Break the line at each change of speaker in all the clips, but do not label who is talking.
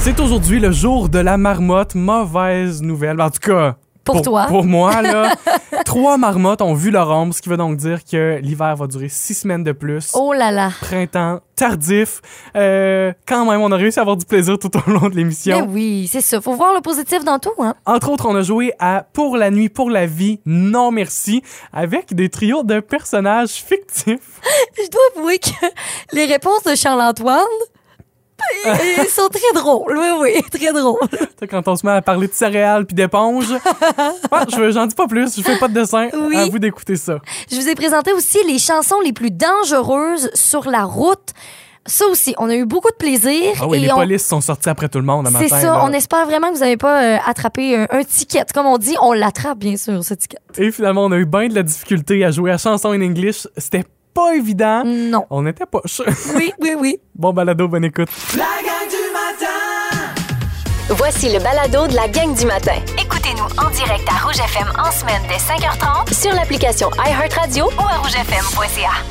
C'est aujourd'hui le jour de la marmotte. Mauvaise nouvelle. En tout cas.
Pour toi.
Pour moi, là. trois marmottes ont vu leur ombre, ce qui veut donc dire que l'hiver va durer six semaines de plus.
Oh là là.
Printemps tardif. Euh, quand même, on a réussi à avoir du plaisir tout au long de
Mais
l'émission.
oui, c'est ça. Faut voir le positif dans tout, hein.
Entre autres, on a joué à Pour la nuit, pour la vie, non merci, avec des trios de personnages fictifs.
Je dois avouer que les réponses de Charles-Antoine euh, sont très drôles. Oui, oui, très drôles.
Tu sais, Quand on se met à parler de céréales puis d'éponges, Ah, je veux- j'en dis pas plus, je fais pas de dessin.
Oui.
À vous d'écouter ça.
Je vous ai présenté aussi les chansons les plus dangereuses sur la route. Ça aussi, on a eu beaucoup de plaisir.
Ah oui,
et
les
on-
polices sont sortis après tout le monde à matin.
C'est ça,
là.
on espère vraiment que vous n'avez pas euh, attrapé un, un ticket. Comme on dit, on l'attrape, bien sûr, ce ticket.
Et finalement, on a eu bien de la difficulté à jouer à chanson in English. C'était pas évident.
Non.
On était poche.
Oui, oui, oui.
bon balado, bonne écoute.
La gang du matin
Voici le balado de la gang du matin
Écoutez-nous en direct à Rouge FM en semaine dès 5h30
sur l'application iHeartRadio.
ou à rougefm.ca.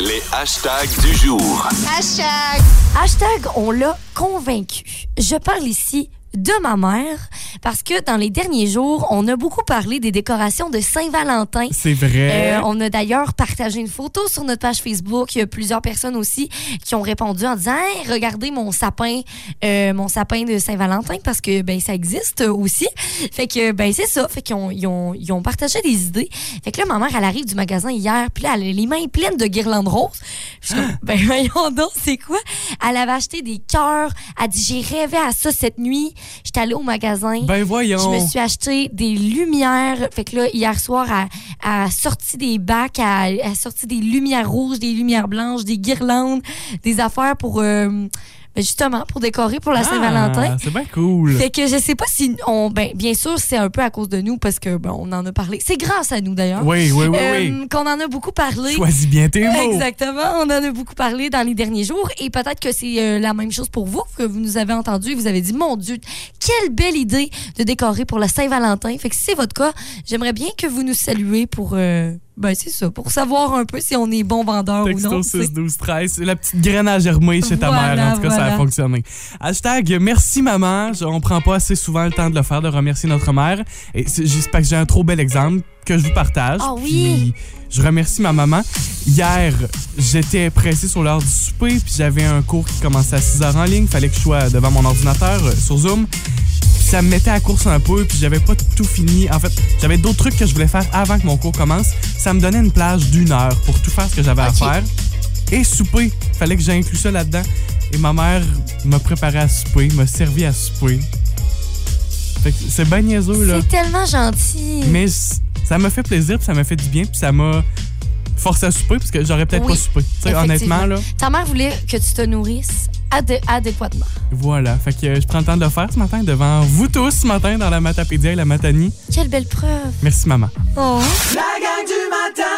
Les hashtags du jour.
Hashtag on l'a convaincu. Je parle ici de ma mère parce que dans les derniers jours, on a beaucoup parlé des décorations de Saint-Valentin.
C'est vrai.
Euh, on a d'ailleurs partagé une photo sur notre page Facebook. Il y a plusieurs personnes aussi qui ont répondu en disant Hey, regardez mon sapin, euh, mon sapin de Saint-Valentin parce que ben ça existe aussi. Fait que ben c'est ça. Fait qu'ils ont, ils ont, ils ont partagé des idées. Fait que là ma mère elle arrive du magasin hier, puis là elle a les mains pleines de guirlandes roses. Je suis comme, ben voyons donc c'est quoi Elle avait acheté des cœurs. Elle dit j'ai rêvé à ça cette nuit. J'étais allée au magasin.
Ben voyons.
Je me suis acheté des lumières. Fait que là, hier soir, elle a sorti des bacs, elle a sorti des lumières rouges, des lumières blanches, des guirlandes, des affaires pour, euh, ben, justement, pour décorer pour la Saint-Valentin.
Ah, C'est bien cool.
Fait que je sais pas si on, ben, bien sûr, c'est un peu à cause de nous parce que, ben, on en a parlé. C'est grâce à nous, d'ailleurs.
Oui, oui, oui, oui.
Euh, Qu'on en a beaucoup parlé.
Choisis bien tes mots.
Exactement. On en a beaucoup parlé dans les derniers jours et peut-être que c'est euh, la même chose pour vous, que vous nous avez entendu et vous avez dit, mon Dieu, quelle belle idée de décorer pour la Saint-Valentin. Fait que si c'est votre cas, j'aimerais bien que vous nous saluez pour, euh, ben c'est ça, pour savoir un peu si on est bon vendeur ou non.
Texto
tu sais.
6 12 13 la petite graine à germer chez ta
Voilà,
mère en tout cas ça a
voilà.
fonctionné hashtag merci maman Je- on prend pas assez souvent le temps de le faire de remercier notre mère et c'est- j'espère que j'ai un trop bel exemple que je vous partage
Ah oui.
Puis, je remercie ma maman hier j'étais pressé sur l'heure du souper puis j'avais un cours qui commençait à 6h en ligne fallait que je sois devant mon ordinateur euh, sur Zoom Puis ça me mettait à course un peu, puis j'avais pas tout fini. En fait, j'avais d'autres trucs que je voulais faire avant que mon cours commence. Ça me donnait une plage d'une heure pour tout faire ce que j'avais à faire et souper. Fallait que j'inclue ça là-dedans. Et ma mère m'a préparé à souper, m'a servi à souper. Fait que c'est bien niaiseux, là.
C'est tellement gentil.
Mais c- ça m'a fait plaisir, puis ça m'a fait du bien, puis ça m'a forcé à souper, parce que j'aurais peut-être
Oui,
pas soupé. Tu sais,
effectivement.
honnêtement, là,
Ta mère voulait que tu te nourrisses adé- adéquatement.
voilà. Fait que euh, je prends le temps de le faire ce matin devant vous tous ce matin dans la Matapédia et la Matanie.
Quelle belle preuve.
Merci, maman.
Oh.
La gang du matin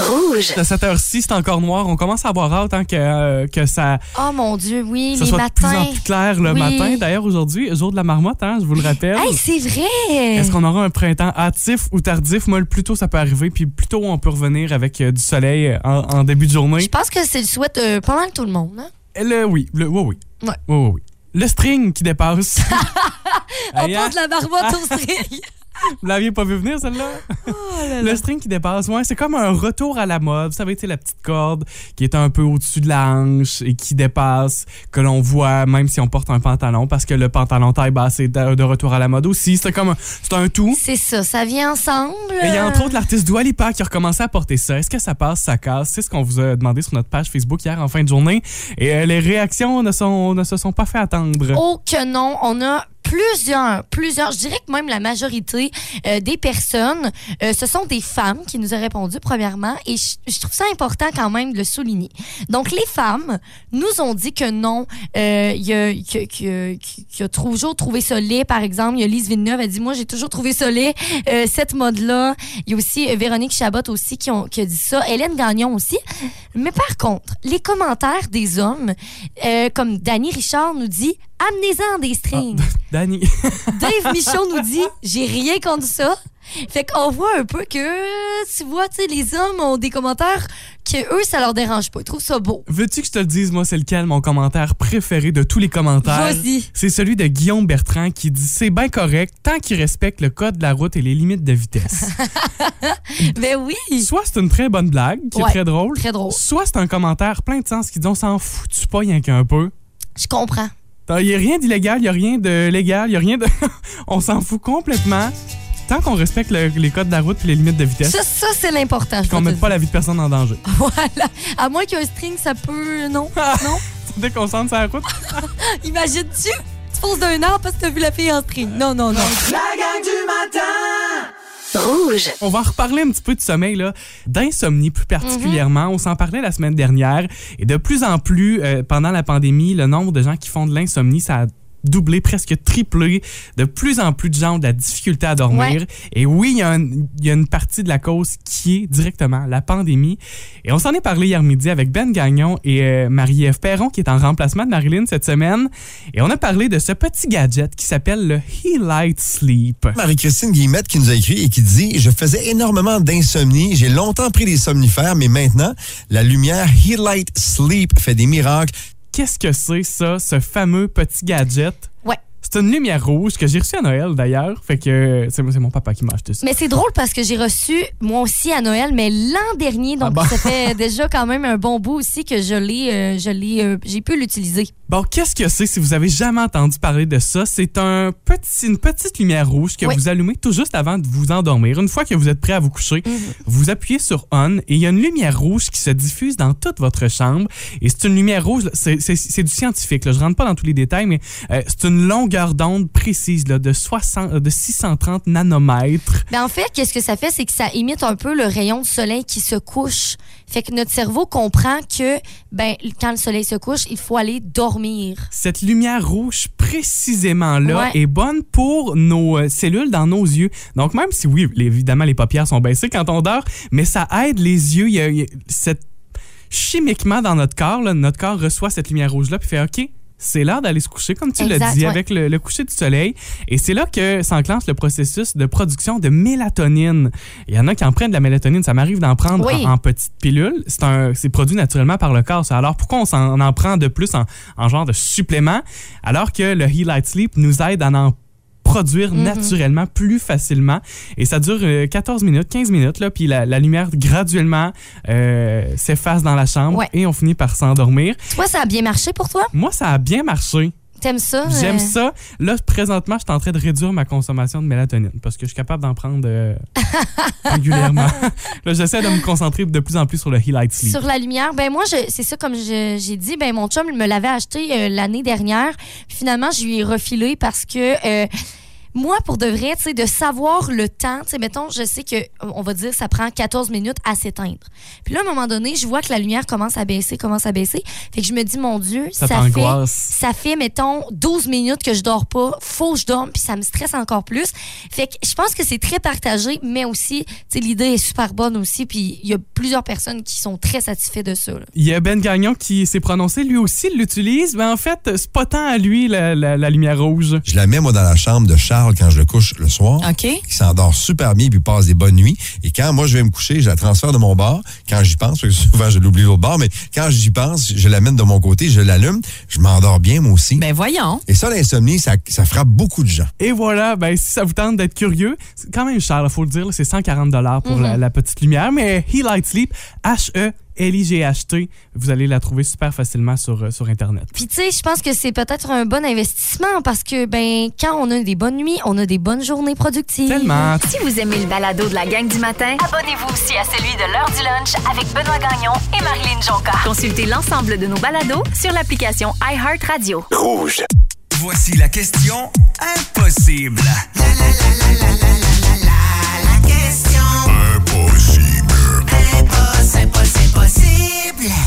Rouge.
À cette heure-ci, c'est encore noir. On commence à avoir hâte hein, que, euh, que ça,
Oh, mon Dieu, oui,
ça
les
soit de plus
matins.
en plus clair le
Oui.
matin. D'ailleurs, aujourd'hui, jour de la marmotte, hein, je vous le rappelle.
Hey, c'est vrai.
Est-ce qu'on aura un printemps hâtif ou tardif? Moi, le plus tôt, ça peut arriver. Puis plus tôt, on peut revenir avec euh, du soleil euh, en, en début de
Je
journée.
pense que c'est le souhait de pas mal tout le monde. hein.
Le, oui, le, oui, oui.
Ouais.
Oui, oui, oui. Le string qui dépasse.
On
Aïe, hein?
prend de la marmotte au string.
Vous l'aviez pas vu venir, celle-là? Le string qui dépasse, ouais, c'est comme un retour à la mode. Vous savez, tu sais, la petite corde qui est un peu au-dessus de la hanche et qui dépasse, que l'on voit même si on porte un pantalon, parce que le pantalon taille basse est de de retour à la mode aussi. C'est comme un, c'est un tout.
C'est ça, ça vient ensemble. euh,
Et il y a entre autres l'artiste Dua Lipa qui a recommencé à porter ça. Est-ce que ça passe, ça casse? C'est ce qu'on vous a demandé sur notre page Facebook hier en fin de journée. Et euh, les réactions ne, sont, ne se sont pas fait attendre.
Oh que non, on a plusieurs, plusieurs, je dirais que même la majorité euh, des personnes, euh, ce sont des femmes qui nous ont répondu premièrement et je je trouve ça important quand même de le souligner. Donc les femmes nous ont dit que non, euh, il y a, que- que- que- qu'il a toujours trouvé ça laid par exemple, il y a Lise Villeneuve, elle dit moi j'ai toujours trouvé ça laid, euh, cette mode-là, il y a aussi euh, Véronique Chabot aussi qui, ont, qui a dit ça, Hélène Gagnon aussi, mais par contre, les commentaires des hommes, euh, comme Danny Richard nous dit,
Ah.
amenez-en des strings.
Dani,
Dave Michaud nous dit, j'ai rien contre ça. Fait qu'on voit un peu que, tu vois, tu sais, les hommes ont des commentaires que eux, ça leur dérange pas. Ils trouvent ça beau.
Veux-tu que je te le dise, moi, c'est lequel mon commentaire préféré de tous les commentaires?
Vas-y.
C'est celui de Guillaume Bertrand qui dit C'est bien correct tant qu'il respecte le code de la route et les limites de vitesse.
Ben oui.
Soit c'est une très bonne blague, qui
Ouais,
est très drôle.
très drôle.
Soit c'est un commentaire plein de sens qui dit On s'en fout, tu pas, rien qu'un peu.
Je comprends.
Il n'y a rien d'illégal, il n'y a rien de légal, il n'y a rien de. on s'en fout complètement tant qu'on respecte le- les codes de la route et les limites de vitesse.
Ça, ça Ah. c'est l'important. je
Qu'on
vais
mette
te
pas
dire.
la vie de personne en danger.
Voilà. À moins qu'il y ait un string, ça peut. Non. non.
Dès qu'on sente sa route,
Imagines-tu? Tu poses d'un arbre parce que t'as vu la fille en string. Non, non, non.
La gang du matin!
Rouge.
On va en reparler un petit peu de sommeil, là, d'insomnie plus particulièrement. On s'en parlait la semaine dernière. Et de plus en plus, euh, pendant la pandémie, le nombre de gens qui font de l'insomnie, ça a doublé, presque triplé. De plus en plus de gens ont de la difficulté à dormir.
Ouais.
Et oui, il y, a un- il y a une partie de la cause qui est directement la pandémie. Et on s'en est parlé hier midi avec Ben Gagnon et euh, Marie-Ève Perron, qui est en remplacement de Marilyn cette semaine. Et on a parlé de ce petit gadget qui s'appelle le He Light Sleep.
Marie-Christine Guillemette qui nous a écrit et qui dit Je faisais énormément d'insomnie. J'ai longtemps pris des somnifères, mais maintenant, la lumière Heat Light Sleep fait des miracles.
qu'est-ce que c'est ça, ce fameux petit gadget?
Ouais.
C'est une lumière rouge que j'ai reçue à Noël d'ailleurs. Fait que euh, c'est c'est mon papa qui m'a acheté ça.
Mais c'est drôle parce que j'ai reçu, moi aussi, à Noël, mais l'an dernier, donc
Ah bon?
ça fait déjà quand même un bon bout aussi que je l'ai, euh, je l'ai, euh, j'ai pu l'utiliser.
Bon, qu'est-ce que c'est si vous avez jamais entendu parler de ça? C'est un petit, une petite lumière rouge que
Oui.
vous allumez tout juste avant de vous endormir. Une fois que vous êtes prêt à vous coucher, vous appuyez sur on et il y a une lumière rouge qui se diffuse dans toute votre chambre. Et c'est une lumière rouge, là, c'est- c'est c'est du scientifique. Là. Je rentre pas dans tous les détails, mais euh, c'est une longueur d'onde précise là, de, 60, euh, de 630 nanomètres.
Ben en fait, qu'est-ce que ça fait, c'est que ça imite un peu le rayon de soleil qui se couche. Fait que notre cerveau comprend que ben quand le soleil se couche, il faut aller dormir.
cette lumière rouge précisément là
Ouais.
est bonne pour nos euh, cellules dans nos yeux. Donc même si oui, les- évidemment les paupières sont baissées quand on dort, mais ça aide les yeux. Il y a- il y a cette chimiquement dans notre corps, là, notre corps reçoit cette lumière rouge là puis fait ok. C'est l'heure d'aller se coucher, comme tu l'as
Exact,
dit,
ouais.
avec le, le coucher du soleil. Et c'est là que s'enclenche le processus de production de mélatonine. Il y en a qui en prennent de la mélatonine. Ça m'arrive d'en prendre
Oui.
en, en petites pilules. C'est un- c'est produit naturellement par le corps. ça. Alors pourquoi on s'en- on en, prend de plus en, en genre de supplément, alors que le He Light Sleep nous aide à en produire
Mm-hmm.
naturellement plus facilement. Et ça dure euh, 14 minutes, 15 minutes, là, puis la, la lumière graduellement euh, s'efface dans la chambre
Ouais.
et on finit par s'endormir.
Toi, ça a bien marché pour toi
Moi, ça a bien marché.
T'aimes ça euh?
J'aime ça. Là, présentement, je suis en train de réduire ma consommation de mélatonine parce que je suis capable d'en prendre euh, régulièrement. Là, j'essaie de me concentrer de plus en plus sur le He Light Sleep.
Sur la lumière, ben moi, je- c'est ça comme je- j'ai dit, ben mon chum me l'avait acheté euh, l'année dernière. Puis Finalement, je lui ai refilé parce que euh, moi, pour de vrai, tu sais, de savoir le temps, tu sais, mettons, je sais que, euh, on va dire, ça prend 14 minutes à s'éteindre. Puis là, à un moment donné, je vois que la lumière commence à baisser, commence à baisser. Fait que je me dis, mon Dieu,
Ça
ça, fait,
t'angoisse.
ça fait, mettons, 12 minutes que je dors pas. Faut que je dorme, puis ça me stresse encore plus. Fait que je pense que c'est très partagé, mais aussi, tu sais, l'idée est super bonne aussi, puis il y a plusieurs personnes qui sont très satisfaites de ça. là.
Il y a Ben Gagnon qui s'est prononcé, lui aussi il l'utilise, mais en fait, c'est pas tant à lui la, la- la lumière rouge.
Je la mets, moi, dans la chambre de Charles quand je le couche le soir.
OK.
Il s'endort super bien puis passe des bonnes nuits. Et quand moi, je vais me coucher, je la transfère de mon bord. Quand j'y pense, parce que souvent, je l'oublie l'autre bord, mais quand j'y pense, je l'amène de mon côté, je l'allume. Je m'endors bien, moi aussi.
Ben voyons.
Et ça, l'insomnie, ça, ça frappe beaucoup de gens.
Et voilà, ben si ça vous tente d'être curieux, c'est quand même cher, il faut le dire, là, c'est 140 dollars pour la, la petite lumière, mais He Light Sleep, H E L I G H T, vous allez la trouver super facilement sur euh, sur internet.
Puis tu sais, je pense que c'est peut-être un bon investissement parce que ben quand on a des bonnes nuits, on a des bonnes journées productives.
Tellement
Si vous aimez le balado de la gang du matin, abonnez-vous aussi à celui de l'heure du lunch avec Benoît Gagnon et Marilyn Jonca. Consultez l'ensemble de nos balados sur l'application iHeartRadio.
Rouge.
Voici la question impossible.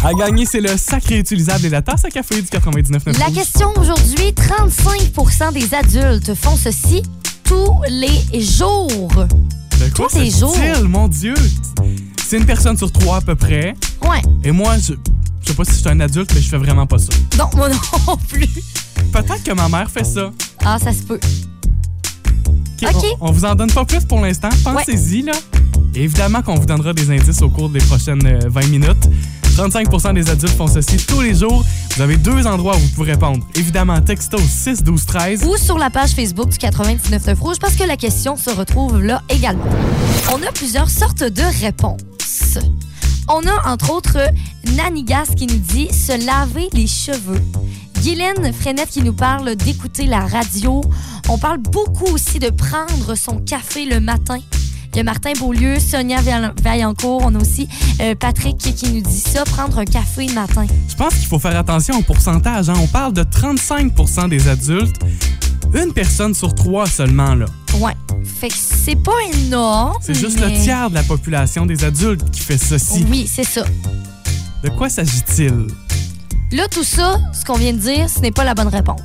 à gagner, c'est le sacré utilisable et la tasse à café du 99
La question aujourd'hui, 35 des adultes font ceci tous les jours.
de Ben, quoi
tous les jours.
s'agit-il, mon dieu. C'est une personne sur trois à peu près
Ouais.
et moi je je sais pas si je suis un adulte, mais je fais vraiment pas ça.
Non, moi non plus.
Peut-être que ma mère fait ça.
Ah, ça se peut. OK.
On, on vous en donne pas plus pour l'instant. Pensez-y, là. Et évidemment qu'on vous donnera des indices au cours des prochaines euh, 20 minutes. 35 des adultes font ceci tous les jours. Vous avez deux endroits où vous pouvez répondre. Évidemment, texto 6 12 13.
ou sur la page Facebook du 99 Rouge parce que la question se retrouve là également. On a plusieurs sortes de réponses. On a entre autres Nanigas qui nous dit se laver les cheveux. Guylaine Frenette qui nous parle d'écouter la radio. On parle beaucoup aussi de prendre son café le matin. Il y a Martin Beaulieu, Sonia Vail- Vaillancourt, on a aussi euh, Patrick qui qui nous dit ça, prendre un café le matin.
Je pense qu'il faut faire attention au pourcentage. hein. On parle de 35 des adultes. Une personne sur trois seulement, là.
Ouais. Fait que c'est pas énorme.
C'est juste
mais-
le tiers de la population des adultes qui fait ceci.
Oui, c'est ça.
De quoi s'agit-il?
Là, tout ça, ce qu'on vient de dire, ce n'est pas la bonne réponse.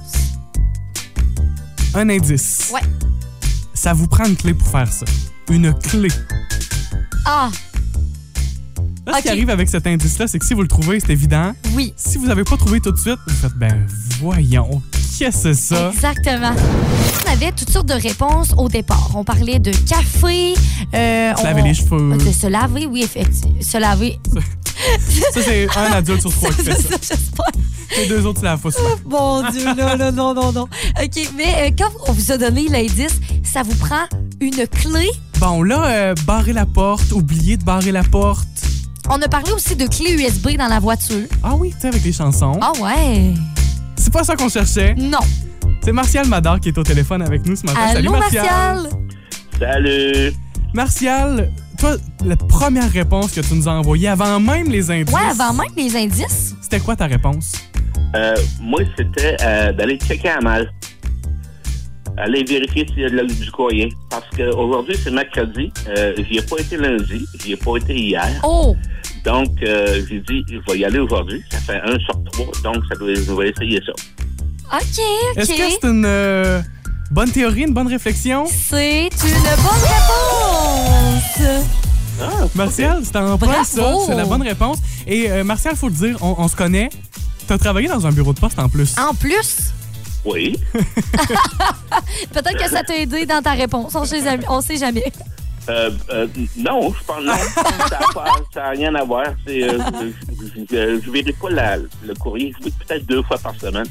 Un indice.
Ouais.
Ça vous prend une clé pour faire ça. Une clé.
Ah,
Là, ce qui
Ok.
arrive avec cet indice-là, c'est que si vous le trouvez, c'est évident.
oui.
Si vous n'avez pas trouvé tout de suite, vous faites, ben voyons, qu'est-ce que c'est ça?
Exactement. On avait toutes sortes de réponses au départ. On parlait de café. Euh,
Se
on-
laver les cheveux.
De se laver, oui, effectivement. Se laver.
Ça, c'est un adulte sur trois qui fait ça.
J'espère.
Les deux autres, c'est la fausse.
Mon Dieu, non, non, non, non, non. OK, mais euh, quand on vous a donné l'indice, ça vous prend une clé.
Bon, là, euh, barrer la porte, oublier de barrer la porte.
On a parlé aussi de clé USB dans la voiture.
Ah oui, tu sais, avec les chansons.
Ah ouais.
C'est pas ça qu'on cherchait.
Non.
C'est Martial Madar qui est au téléphone avec nous ce matin. Salut,
Allô,
Martial.
Martial.
Salut!
Martial, toi, la première réponse que tu nous as envoyée, avant même les indices,
Ouais, avant même les indices.
c'était quoi ta réponse?
Euh, moi, c'était euh, d'aller checker à mal. Aller vérifier Euh, s'il y a de l'eau du courrier. Parce qu'aujourd'hui, c'est mercredi. Euh, j'y ai pas été lundi. J'y ai pas été hier.
Oh.
Donc, euh, j'ai dit, je vais y aller aujourd'hui. Ça fait un sur trois. Donc, ça doit, je vais essayer ça.
OK,
Est-ce que
OK.
c'est une euh, bonne théorie, une bonne réflexion?
C'est une bonne réponse.
Martial, c'est en plein
Bravo!
ça. C'est la bonne réponse. Et euh, Martial, faut le dire, on, on se connaît. T'as travaillé dans un bureau de poste en plus.
En plus,
Oui.
peut-être que ça t'a aidé dans ta réponse. On sait jamais. On sait jamais.
Euh, euh, non, je pense non. ça n'a pas- ça a rien à voir. C'est, euh, je- je- je je vérifie pas la- le courrier. Je vais peut-être deux fois par semaine.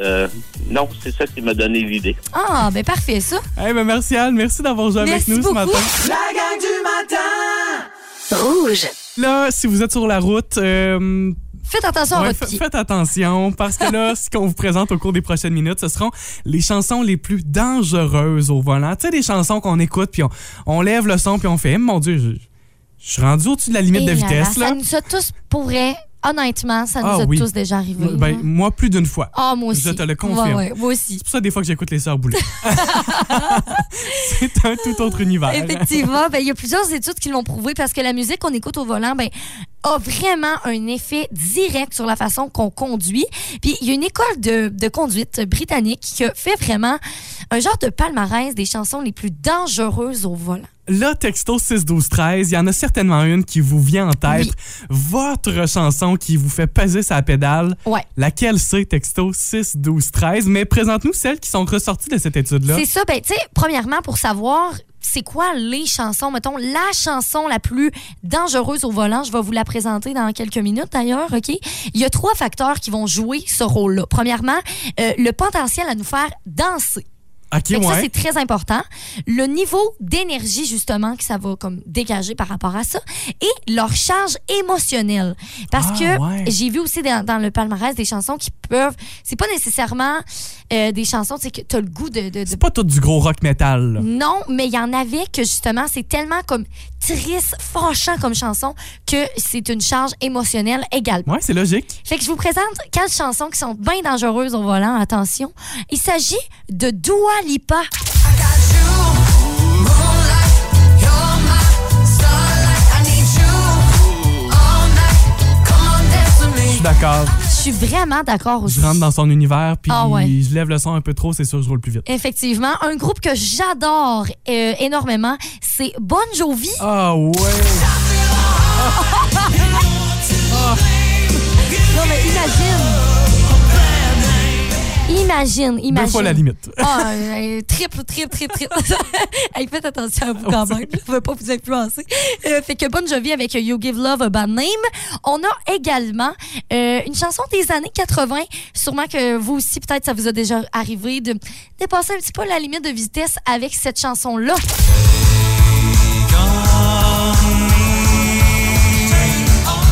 Euh, non, c'est ça qui m'a donné l'idée.
Ah, ben parfait, ça.
Eh ben Martial, merci d'avoir joué
Merci
avec nous
beaucoup.
ce matin.
La gang du matin
Rouge.
Là, si vous êtes sur la route, euh,
Faites attention
ouais,
à
fa-
votre pied.
faites attention parce que là, ce qu'on vous présente au cours des prochaines minutes, ce seront les chansons les plus dangereuses au volant. Tu sais, des chansons qu'on écoute puis on, on lève le son puis on fait, Eh, mon Dieu, je, je suis rendu au-dessus de la limite
Eh
de
là là,
vitesse là.
Ça nous a tous, pour vrai, honnêtement, ça nous
Ah
a
oui.
tous déjà arrivé.
Ben,
là.
moi plus d'une fois.
Ah, moi aussi.
je te le confirme.
Ouais, ouais, moi aussi.
C'est pour ça des fois que j'écoute les sœurs Boulay. C'est un tout autre univers.
Effectivement, ben, il y a plusieurs études qui l'ont prouvé parce que la musique qu'on écoute au volant ben, a vraiment un effet direct sur la façon qu'on conduit. Puis il y a une école de, de conduite britannique qui a fait vraiment un genre de palmarès des chansons les plus dangereuses au volant.
Là, texto 6 12 13, il y en a certainement une qui vous vient en tête.
Oui.
Votre chanson qui vous fait peser sa pédale.
Ouais.
Laquelle c'est texto 6 12 13 Mais présente-nous celles qui sont ressorties de cette étude-là.
C'est ça, ben, tu sais, premièrement, pour savoir c'est quoi les chansons, mettons, la chanson la plus dangereuse au volant, je vais vous la présenter dans quelques minutes d'ailleurs, OK? Il y a trois facteurs qui vont jouer ce rôle-là. Premièrement, euh, le potentiel à nous faire danser.
Ok,
Fait que Ça,
ouais.
c'est très important. Le niveau d'énergie, justement, que ça va comme dégager par rapport à ça. Et leur charge émotionnelle. Parce
Ah,
que
ouais.
j'ai vu aussi dans, dans le palmarès des chansons qui peuvent. C'est pas nécessairement euh, des chansons tu sais, que t'as le goût de. de- de-
C'est pas tout du gros rock metal. là.
Non, mais il y en avait que justement, c'est tellement comme triste, fâchant comme chanson que c'est une charge émotionnelle également.
Ouais, c'est logique.
Fait que je vous présente quatre chansons qui sont bien dangereuses au volant, attention. Il s'agit de Dua Lipa.
Je suis d'accord.
Je suis vraiment d'accord aussi.
Je rentre dans son univers, puis
Ah ouais.
je lève le son un peu trop, c'est sûr que je roule plus vite.
Effectivement, un groupe que j'adore euh, énormément, c'est Bon Jovi.
Ah ouais.
Non mais imagine. Imagine, imagine.
Deux fois la limite.
Ah, euh, triple, triple, triple, triple. hey, faites attention à vous quand même. Je ne veux pas vous influencer. Euh, fait que Bon Jovi avec You Give Love a Bad Name. On a également euh, une chanson des années 80. Sûrement que vous aussi, peut-être, ça vous a déjà arrivé de dépasser un petit peu la limite de vitesse avec cette chanson-là.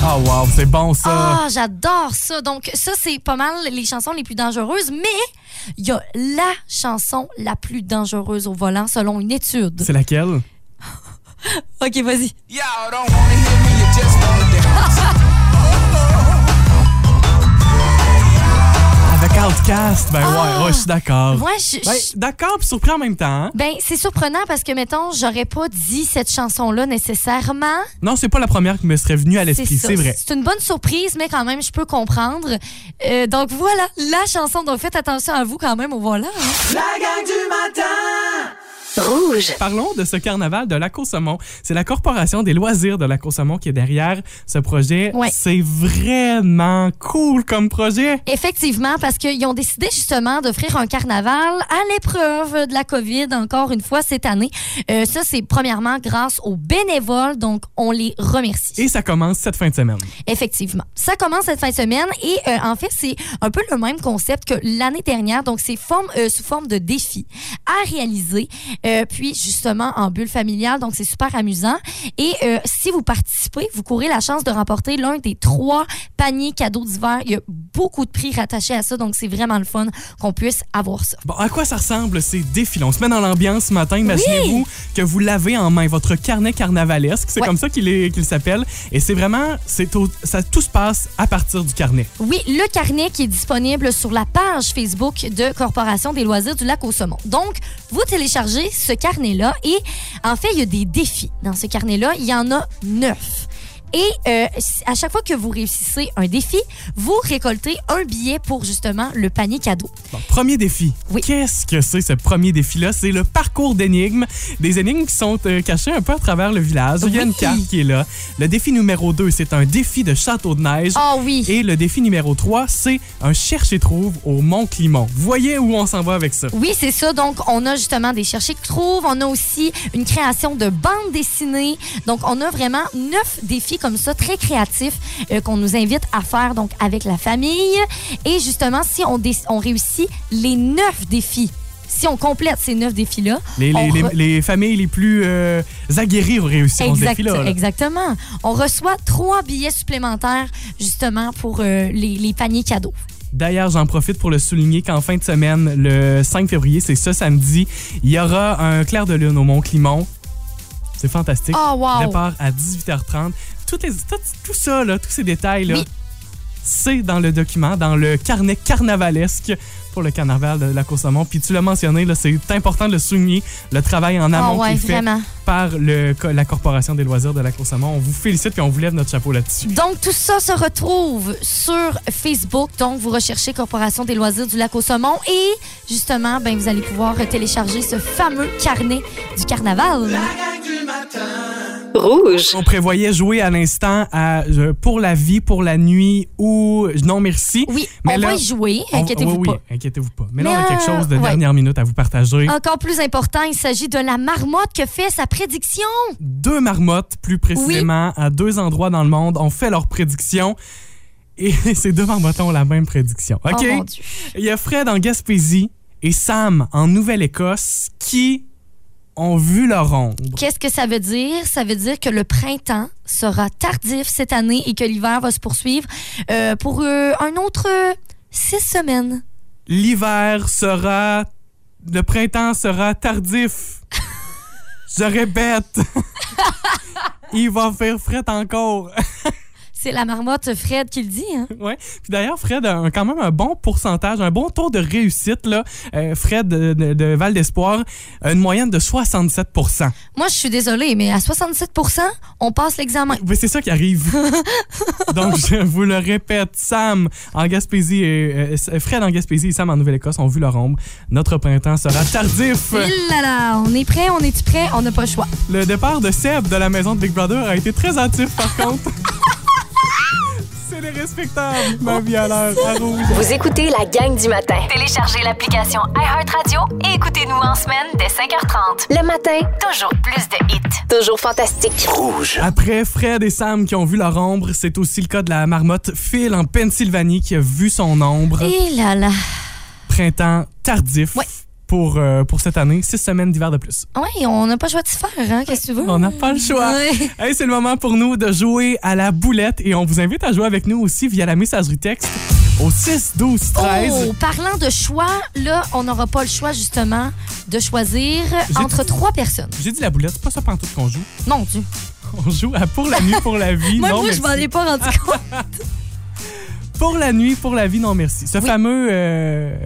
Ah, wow, c'est bon ça.
Ah, j'adore ça. Donc, ça, c'est pas mal les chansons les plus dangereuses, mais il y a la chanson la plus dangereuse au volant selon une étude.
C'est laquelle?
OK, vas-y.
Avec Outcast. Ben ouais, ouais, je suis d'accord.
Moi, je-
Ben,
Ah. je-
d'accord, puis surpris en même temps. hein?
Ben, c'est surprenant parce que, mettons, j'aurais pas dit cette chanson-là nécessairement.
Non, c'est pas la première qui me serait venue à l'esprit,
ça.
c'est vrai.
C'est une bonne surprise, mais quand même, je peux comprendre. Euh, donc, voilà la chanson. Donc, faites attention à vous quand même au volant. hein.
La gang du matin
Rouge.
Parlons de ce carnaval de la Côte-Saumon. C'est la Corporation des loisirs de la Côte-Saumon qui est derrière ce projet.
Ouais.
C'est vraiment cool comme projet.
Effectivement, parce qu'ils ont décidé justement d'offrir un carnaval à l'épreuve de la COVID encore une fois cette année. Euh, ça, c'est premièrement grâce aux bénévoles, donc on les remercie.
Et ça commence cette fin de semaine.
Effectivement. Ça commence cette fin de semaine et euh, en fait, c'est un peu le même concept que l'année dernière. Donc, c'est forme, euh, sous forme de défi à réaliser, euh, puis justement en bulle familiale. Donc, c'est super amusant. Et euh, si vous participez, vous courez la chance de remporter l'un des trois paniers cadeaux d'hiver. Il y a beaucoup de prix rattachés à ça, donc c'est vraiment le fun qu'on puisse avoir ça.
Bon, à quoi ça ressemble ces défilés? On se met dans l'ambiance ce matin. Imaginez-vous que vous l'avez en main, votre carnet carnavalesque. C'est
Ouais.
comme ça qu'il est- qu'il s'appelle. Et c'est vraiment, c'est au- ça tout se passe à partir du carnet.
Oui, le carnet qui est disponible sur la page Facebook de Corporation des loisirs du lac au saumon. Donc, vous téléchargez ce carnet-là et en fait, il y a des défis dans ce carnet-là. Il y en a neuf. Et euh, à chaque fois que vous réussissez un défi, vous récoltez un billet pour justement le panier cadeau.
Bon, premier défi.
Oui.
Qu'est-ce que c'est ce premier défi-là? C'est le parcours d'énigmes. Des énigmes qui sont euh, cachées un peu à travers le village. Il y a une
Oui.
carte qui est là. Le défi numéro 2, c'est un défi de château de neige.
Ah oui!
Et le défi numéro 3, c'est un cherche et trouve au Mont Climont. Voyez où on s'en va avec ça.
Oui, c'est ça. Donc, on a justement des chercheurs qui trouvent. On a aussi une création de bande dessinée. Donc, on a vraiment neuf défis comme ça, très créatifs, euh, qu'on nous invite à faire donc avec la famille. Et justement, si on, dé- on réussit les neuf défis, si on complète ces neuf défis-là,
Les, les-
on
les-
re-
les familles les plus euh, aguerries ont réussi dans ce
Exact-
défi-là. là.
Exactement. On reçoit trois billets supplémentaires justement pour euh, les, les paniers cadeaux.
D'ailleurs, j'en profite pour le souligner qu'en fin de semaine, le 5 février, c'est ce samedi, il y aura un clair de lune au Mont Climont. C'est fantastique.
Oh, wow.
Départ à 18h30. Tout, les- tout, tout ça, là, tous ces détails-là,
Oui.
c'est dans le document, dans le carnet carnavalesque pour le carnaval de la course Puis tu l'as mentionné, là, c'est important de le souligner, le travail en
Ah
amont
ouais,
qui est fait
vraiment.
par le, co- la Corporation des loisirs de la course On vous félicite et on vous lève notre chapeau là-dessus.
Donc, tout ça se retrouve sur Facebook. Donc, vous recherchez Corporation des loisirs du lac au saumon et justement, ben, vous allez pouvoir télécharger ce fameux carnet du carnaval.
Rouge.
On prévoyait jouer à l'instant à euh, Pour la vie, pour la nuit ou Non merci.
Oui,
Mais
on
là,
va y jouer,
on-
inquiétez-vous
oui, oui,
pas.
inquiétez-vous pas. Mais, là,
Mais,
on a quelque
euh,
chose de
ouais. Ah,
dernière minute à vous partager.
Encore plus important, il s'agit de la marmotte que fait sa prédiction.
Deux marmottes, plus précisément, à deux endroits dans le monde, ont fait leurs prédictions. Et ces deux marmottes ont la même prédiction. OK?
Oh mon Dieu.
Il y a Fred en Gaspésie et Sam en Nouvelle-Écosse qui ont vu leur ombre.
Qu'est-ce que ça veut dire? Ça veut dire que le printemps sera tardif cette année et que l'hiver va se poursuivre euh, pour euh, un autre euh, six semaines.
L'hiver sera. Le printemps sera tardif. Je répète. Il va faire fret encore.
C'est la marmotte Fred qui le dit, hein?
ouais. Puis d'ailleurs, Fred a un- quand même un bon pourcentage, un bon taux de réussite. Là. Euh, Fred de, de- de Val d'Espoir a une moyenne de 67
Moi, je suis désolée, mais à 67 on passe l'examen.
Mais c'est ça qui arrive. Donc, je vous le répète, Sam en Gaspésie, et, euh, Fred en Gaspésie et Sam en Nouvelle-Écosse ont vu leur ombre. Notre printemps sera tardif.
Il là là, on est prêt, on est-tu prêt? On n'a pas le choix.
Le départ de Seb de la maison de Big Brother a été très hâtif, par contre. C'est elle est respectable. Ma vie à l'air, à rouge.
Vous écoutez la gang du matin.
Téléchargez l'application iHeartRadio et écoutez-nous en semaine dès 5h30.
Le matin,
Toujours plus de hits.
toujours fantastique.
Après Fred et Sam qui ont vu leur ombre, c'est aussi le cas de la marmotte Phil en Pennsylvanie qui a vu son ombre.
Et là là.
Printemps tardif
Ouais.
pour, euh, pour cette année. Six semaines d'hiver de plus.
Ouais, on n'a pas le choix de se faire, hein? Qu'est-ce que tu veux?
On n'a pas le choix.
Ouais.
Hey, c'est le moment pour nous de jouer à la boulette et on vous invite à jouer avec nous aussi via la messagerie texte au 6 12 13.
Oh, parlant de choix, là, on n'aura pas le choix, justement, de choisir entre trois personnes.
J'ai dit la boulette, c'est pas ça pantoute qu'on joue.
Non, Dieu.
On joue à pour la nuit, pour la vie.
Moi,
non, Ah.
moi, je m'en
merci.
ai pas rendu compte.
Pour la nuit, pour la vie, non merci. Ce fameux euh,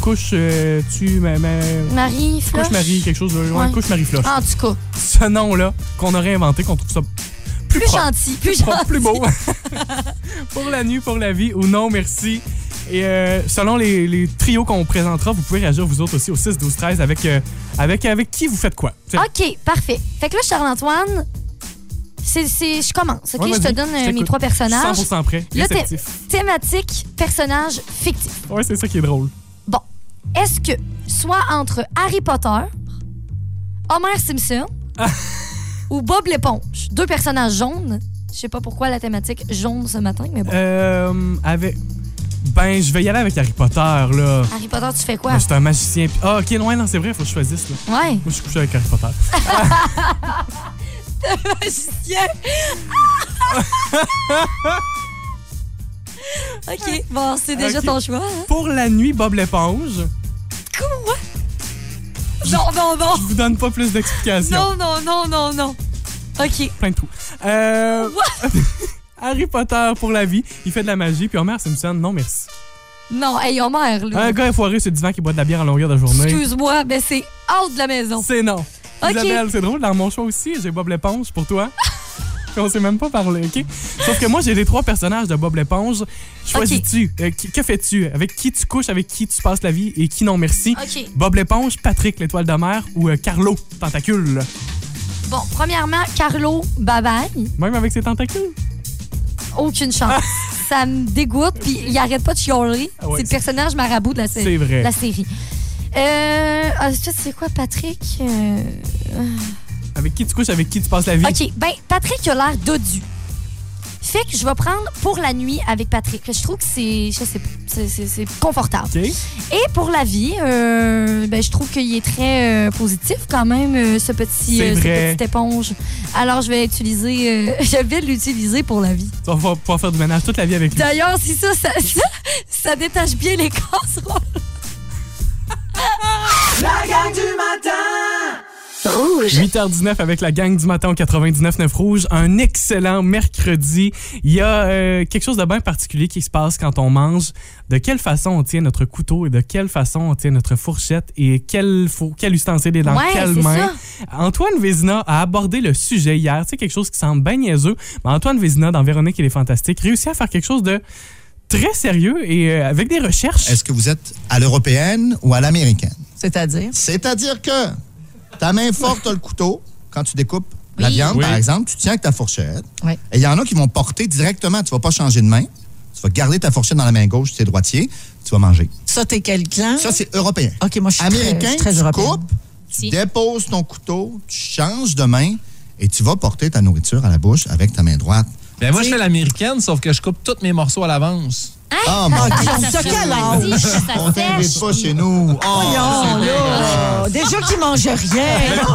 couche euh, tu ma, ma-
Marie, Floche.
couche Marie quelque chose de
Ouais. Ah.
couche Marie floche.
En tout cas,
Ce nom là qu'on aurait inventé qu'on trouve ça plus,
plus
propre,
gentil, plus
propre,
gentil.
plus beau. pour la nuit, pour la vie ou non merci. Et euh, selon les, les trios qu'on présentera, vous pouvez réagir vous autres aussi au 6 12 13 avec euh, avec avec qui vous faites quoi. Tu sais,
OK, parfait. Fait que là, Charles-Antoine, c'est, c'est- je commence, OK?
Ouais,
je te
vas-y,
donne
je
euh, mes
t'écoute.
trois personnages.
100% prêt,
Là, t'es-
réceptif.
Thématique, personnage, fictif.
Ouais, c'est ça qui est drôle.
Bon, est-ce que soit entre Harry Potter, Homer Simpson ou Bob l'éponge, deux personnages jaunes, je sais pas pourquoi la thématique jaune ce matin, mais bon.
Euh, avec ben je vais y aller avec Harry Potter là.
Harry Potter, tu fais quoi?
Euh. Moi, j'étais un magicien. puis- Ah, ok, non, non, c'est vrai, faut que je choisisse. Là.
Ouais.
Moi, je suis couché avec Harry Potter.
magicien. OK, bon, c'est déjà
Ok.
ton choix. hein?
Pour la nuit, Bob l'éponge.
Quoi? Non, non,
Je
non.
vous donne pas plus d'explications.
Non, non, non, non, non. OK.
Plein de trous. Euh, Harry Potter pour la vie, il fait de la magie, puis Homer Simpson, non merci.
Non, hey, Homer, là.
Un gars effoiré sur le divan qui boit de la bière à longueur de journée.
Excuse-moi, mais c'est hors de la maison.
C'est non.
Ok.
Isabelle, c'est drôle, dans mon choix aussi, j'ai Bob l'éponge pour toi. Puis On s'est même pas parlé, OK? Sauf que moi, j'ai les trois personnages de Bob l'éponge. Choisis-tu? Euh, qui- que fais-tu? Avec qui tu couches, avec qui tu passes la vie et qui non merci?
OK.
Bob l'éponge, Patrick l'étoile de mer ou euh, Carlo tentacule.
Bon, premièrement, Carlo, bye bye.
Même avec ses tentacules.
Aucune chance. Ça me dégoûte, puis il arrête pas de chialer.
Ah ouais,
c'est le
c'est-
personnage marabout de la série.
C'est vrai.
La série. Euh, ensuite, c'est quoi, Patrick? Euh,
Avec qui tu couches, avec qui tu passes la vie.
OK, ben Patrick a l'air dodu. Fait que je vais prendre pour la nuit avec Patrick. Je trouve que c'est, je sais pas, c'est- c'est c'est confortable.
OK.
Et pour la vie, euh, ben, je trouve qu'il est très euh, positif quand même, euh, ce petit,
C'est
euh, cette
vrai.
petite éponge. Alors, je vais utiliser, euh, je vais l'utiliser pour la vie.
Tu vas pouvoir- pouvoir faire du ménage toute la vie avec lui.
D'ailleurs, si ça, ça, ça, ça détache bien les casseroles.
La gang du matin
8h19 avec la gang du matin au 99.9 Rouge. Un excellent mercredi. Il y a euh, quelque chose de bien particulier qui se passe quand on mange. De quelle façon on tient notre couteau et de quelle façon on tient notre fourchette et quel, fou- quel ustensile est dans
Ouais,
quelle
c'est
main. Antoine Vézina a abordé le sujet hier. C'est quelque chose qui semble bien niaiseux. Mais Antoine Vézina, dans Véronique et les Fantastiques, réussit à faire quelque chose de très sérieux et euh, avec des recherches.
Est-ce que vous êtes à l'européenne ou à l'américaine?
C'est-à-dire?
C'est-à-dire que ta main forte a le couteau quand tu découpes la viande,
Oui.
par exemple, tu tiens avec ta fourchette.
Oui.
Et il y en a qui vont porter directement. Tu vas pas changer de main. Tu vas garder ta fourchette dans la main gauche, tu es droitier, tu vas manger.
Ça, t'es quel clan?
Ça, c'est européen.
OK, moi, je suis très- je
Américain,
suis très
tu
européenne.
coupes, tu déposes ton couteau, tu changes de main et tu vas porter ta nourriture à la bouche avec ta main droite.
Ben moi, je fais l'américaine, sauf que je coupe tous mes morceaux à l'avance.
Ah, mon Dieu!
Ça, quel âge?
On t'invite pas chez nous. Oh,
Voyons, là. Déjà qu'ils mangent rien.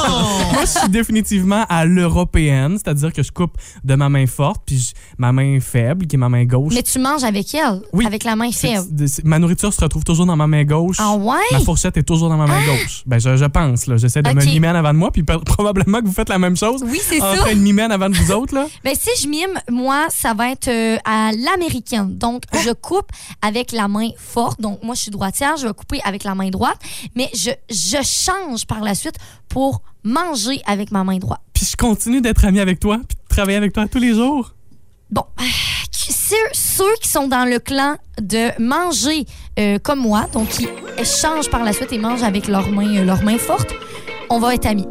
Moi, je suis définitivement à l'européenne, c'est-à-dire que je coupe de ma main forte, puis je- ma main faible, qui est ma main gauche.
Mais tu manges avec elle,
Oui.
avec la main
C'est-
faible.
c'est- ma nourriture se retrouve toujours dans ma main gauche.
Ah ouais? Ah!
Ma fourchette est toujours dans ma main gauche. Ben, je, je pense, là. J'essaie de me
Ok.
mimer en avant de moi, puis pe- probablement que vous faites la même chose. Ah,
Oui, c'est
En
ça.
train de mimer en avant de vous autres, là.
Ben, si je mime, moi, ça va être euh, à l'américaine. Donc, je coupe avec la main forte. Donc, moi, je suis droitière, je vais couper avec la main droite. Mais je, je change par la suite pour manger avec ma main droite.
Puis je continue d'être ami avec toi, puis de travailler avec toi tous les jours.
Bon, ah, ceux, ceux qui sont dans le clan de manger euh, comme moi, donc qui changent par la suite et mangent avec leurs mains euh, leurs mains fortes, on va être amis.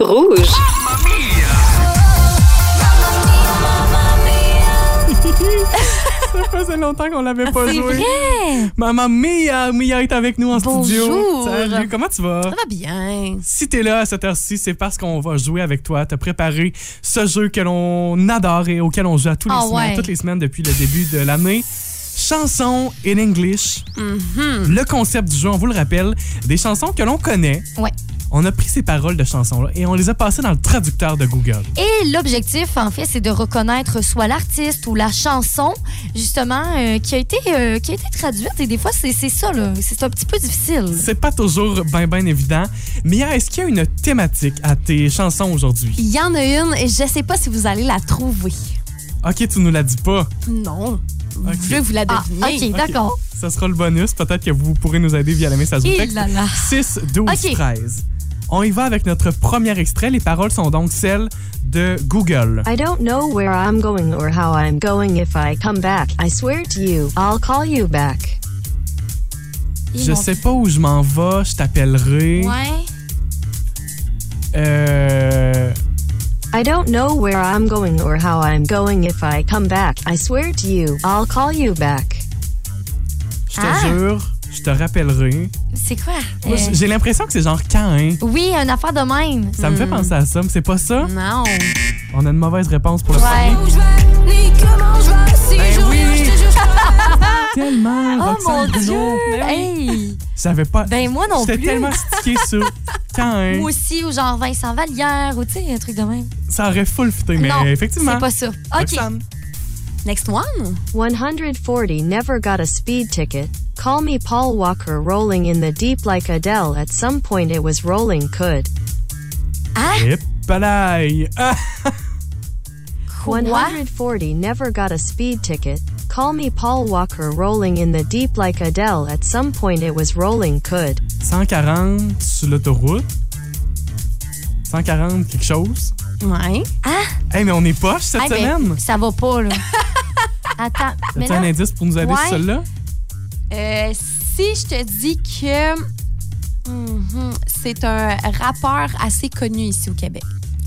Rouge.
faisait longtemps qu'on l'avait
Ah,
pas
c'est
joué.
vrai!
Maman Mia, Mia est avec nous en studio.
Bonjour.
Salut, comment tu vas?
Ça va bien.
Si t'es là à cette heure-ci, c'est parce qu'on va jouer avec toi. T'as préparé ce jeu que l'on adore et auquel on joue à tous les
Ah
semaines,
ouais.
toutes les semaines depuis le début de l'année. Chanson in English.
Mm-hmm.
Le concept du jeu, on vous le rappelle, des chansons que l'on connaît.
Ouais.
On a pris ces paroles de chansons-là et on les a passées dans le traducteur de Google.
Et l'objectif, en fait, c'est de reconnaître soit l'artiste ou la chanson, justement, euh, qui, a été, euh, qui a été traduite. Et des fois, c'est c'est ça, là. C'est un petit peu difficile.
C'est pas toujours bien, bien évident. Mia, est-ce qu'il y a une thématique à tes chansons aujourd'hui?
Il y en a une et je sais pas si vous allez la trouver.
Ok, tu nous la dis pas.
Non.
Ok.
Je vous la
Ah,
deviner.
ok, d'accord.
Ça sera le bonus. Peut-être que vous pourrez nous aider via la message
Il
texte.
là là.
6, 12,
Ok.
13. On y va avec notre premier extrait. Les paroles sont donc celles de Google.
Ah,
I don't know where I'm going or how I'm going. If I come back, I swear to you, I'll call you back.
Je sais pas où je m'en vais, je t'appellerai.
Ouais.
Euh.
I don't know where I'm going or how I'm going. If I come back, I swear to you, I'll call you back.
Je te
Ah.
jure, je te rappellerai.
C'est quoi?
Moi,
Euh,
J'ai l'impression que c'est genre quand, hein?
Oui, une affaire de même.
Ça me fait penser à ça, mais c'est pas ça?
Non.
On a une mauvaise réponse pour le
Mm.
Ben
Ouais.
premier. Tellement,
Oh mon
Roxane
Dieu!
Bruno.
Hey!
J'avais pas.
Ben moi non
J'étais
plus.
tellement stické sur quand, hein?
Moi aussi, ou genre Vincent Vallière, ou tu sais, un truc de même.
Ça aurait full fité, mais
non,
effectivement.
c'est pas ça. OK.
Next one. 140 never got a speed ticket. Call me Paul Walker rolling in the deep like Adele. At some point it was rolling could.
Et palaille. Ah!
140 never got a speed ticket. Call me Paul Walker rolling in the deep like Adele. At some point it was rolling could.
140 sur l'autoroute. 140 quelque chose.
Ouais. Hein?
Hey, mais on est poche cette
Hey, ben,
semaine.
ça va pas, là. Attends, mais
As-tu
là,
un indice pour nous aider sur
Ouais.
celle-là?
Euh, si je te dis que
mm-hmm,
Mhm, c'est un rappeur assez connu ici au Québec.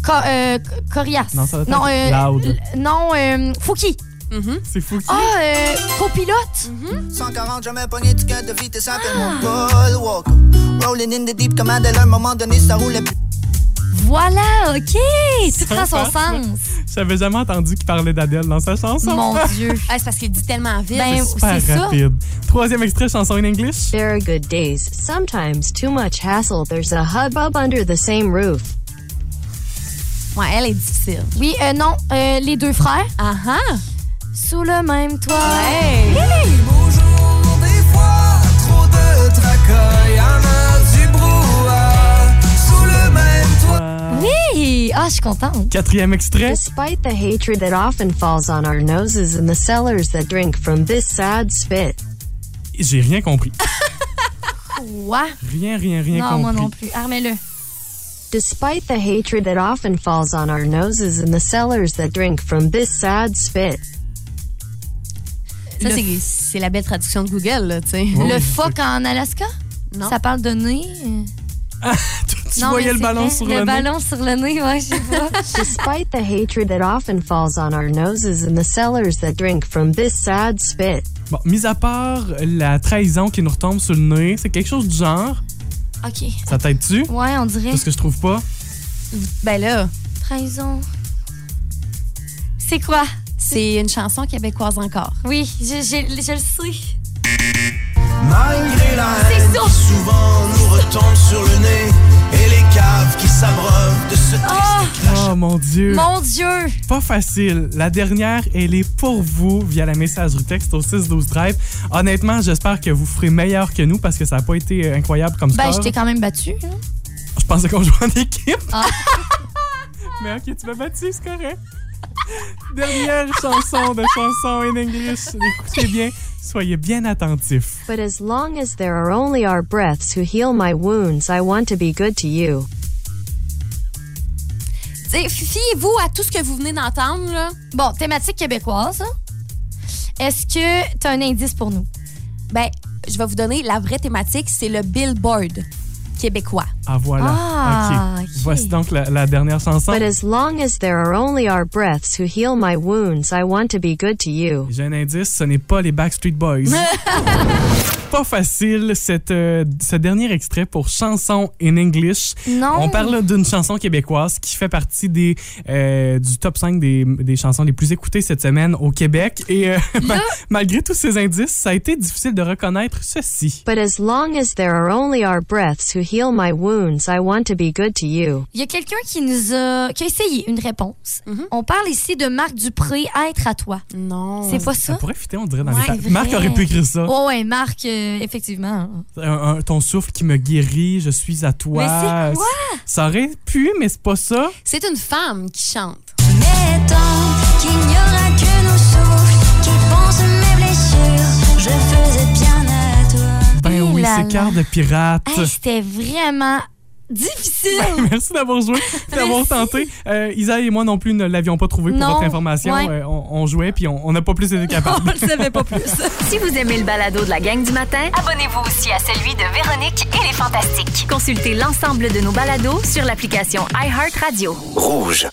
Co- euh, co- Corias.
Non, ça doit être
Non, euh,
Loud.
l- non euh, Fouki.
C'est Fouki.
Ah, euh, copilote.
Mm-hmm.
140, jamais pogné du cœur de vitesse, appelle-moi Paul Walker. Rolling in the deep comme Adele, à un moment donné, ça roulait plus.
Voilà, OK. Tu prends son
Sympa,
sens.
J'avais jamais entendu qu'il parlait d'Adèle dans sa chanson.
Ah, c'est parce qu'il dit tellement vite.
Ben,
C'est super rapide. Troisième extrait, chanson in English.
There are good days, sometimes too much hassle. There's a hubbub under the same roof.
Ouais, elle est difficile.
Oui, euh, non, euh, les deux frères.
Ah ah.
Sous le même toit.
Hey.
Bonjour, des fois, trop de tracas, y'en a du brouhaha. Sous le même toit.
Oui! Ah, je suis contente.
Quatrième extrait.
Despite the hatred that often falls on our noses and the cellars that drink from this sad spit.
J'ai rien compris.
Quoi?
Rien, rien, rien compris.
plus. Armez-le.
Despite the hatred that often falls on our noses and the cellars that drink from this sad spit.
Ça,
Le-
c'est- c'est la belle traduction de Google, là, tu sais.
le phoque en Alaska? Non. Ça parle de nez?
Tu
Non,
voyais
mais
le
c'est
ballon
vrai,
sur
le
le, nez.
ballon sur le nez, ouais, je sais pas.
Despite the hatred that often falls on our noses and the cellars that drink from this sad spit.
Bon, mis à part la trahison qui nous retombe sur le nez, c'est quelque chose du genre.
OK.
Ça t'aide-tu?
Ouais, on dirait.
Parce que je trouve pas.
Ben là,
Trahison. C'est quoi?
c'est une chanson québécoise encore.
Oui, je, je- je le sais.
Malgré la
C'est
haine,
ça.
qui souvent nous retombe sur le nez. Et les caves qui s'abreuvent de ce triste
Oh mon Dieu!
Mon Dieu!
Pas facile. La dernière, elle est pour vous via la messagerie texte au 612 Drive. Honnêtement, j'espère que vous ferez meilleur que nous parce que ça n'a pas été euh, incroyable comme
Ben,
score.
je t'ai quand même battu. hein.
Je pensais qu'on jouait en équipe.
Ah.
Mais ok, tu m'as battu, c'est correct. Dernière chanson de chanson in English. Écoutez bien, soyez bien attentifs.
But as long as there are only our breaths who heal my wounds, I want to be good to you.
Tu sais, Fiez-vous à tout ce que vous venez d'entendre, là.
Bon, thématique québécoise. hein. Est-ce que t'as un indice pour nous?
Ben, je vais vous donner la vraie thématique, c'est le billboard. québécois.
Ah, voilà.
Ah,
OK. Voici donc la, la dernière chanson.
But as long as there are only our breaths who heal my wounds, I want to be good to you.
J'ai un indice, ce n'est pas les Backstreet Boys. pas facile, cette, euh, ce dernier extrait pour Chanson in English.
Non.
On parle d'une chanson québécoise qui fait partie des, euh, du top 5 des, des chansons les plus écoutées cette semaine au Québec. Et euh, ma- malgré tous ces indices, ça a été difficile de reconnaître ceci.
But as long as there are only our breaths who heal my wounds, I want to be good to you.
Il y a quelqu'un qui nous a, qui a essayé une réponse. On parle ici de Marc Dupré, Être à toi.
Non.
C'est pas ça?
Ça pourrait fitter, on dirait, dans
Ouais,
les paroles.
vrai.
Marc aurait pu écrire ça.
Oh, ouais, Marc, euh, effectivement.
Un- un- ton souffle qui me guérit, je suis à toi.
Mais c'est quoi?
Ça aurait pu, mais c'est pas ça.
C'est une femme qui chante.
Qu'il n'y aura que nos souffles qui pensent mes blessures. Je faisais bien à toi.
Ben
Eh
oui,
là
c'est
là.
cœur de pirate.
Hey, C'était vraiment difficile.
Merci d'avoir joué, d'avoir tenté. Euh, Isa et moi non plus ne l'avions pas trouvé pour
Non,
votre information.
ouais.
Euh, on, on jouait puis on on n'a pas plus été capable.
On le savait pas plus. si vous aimez le balado de la gang du matin, abonnez-vous aussi à celui de Véronique et les Fantastiques. Consultez l'ensemble de nos balados sur l'application iHeartRadio.
Rouge.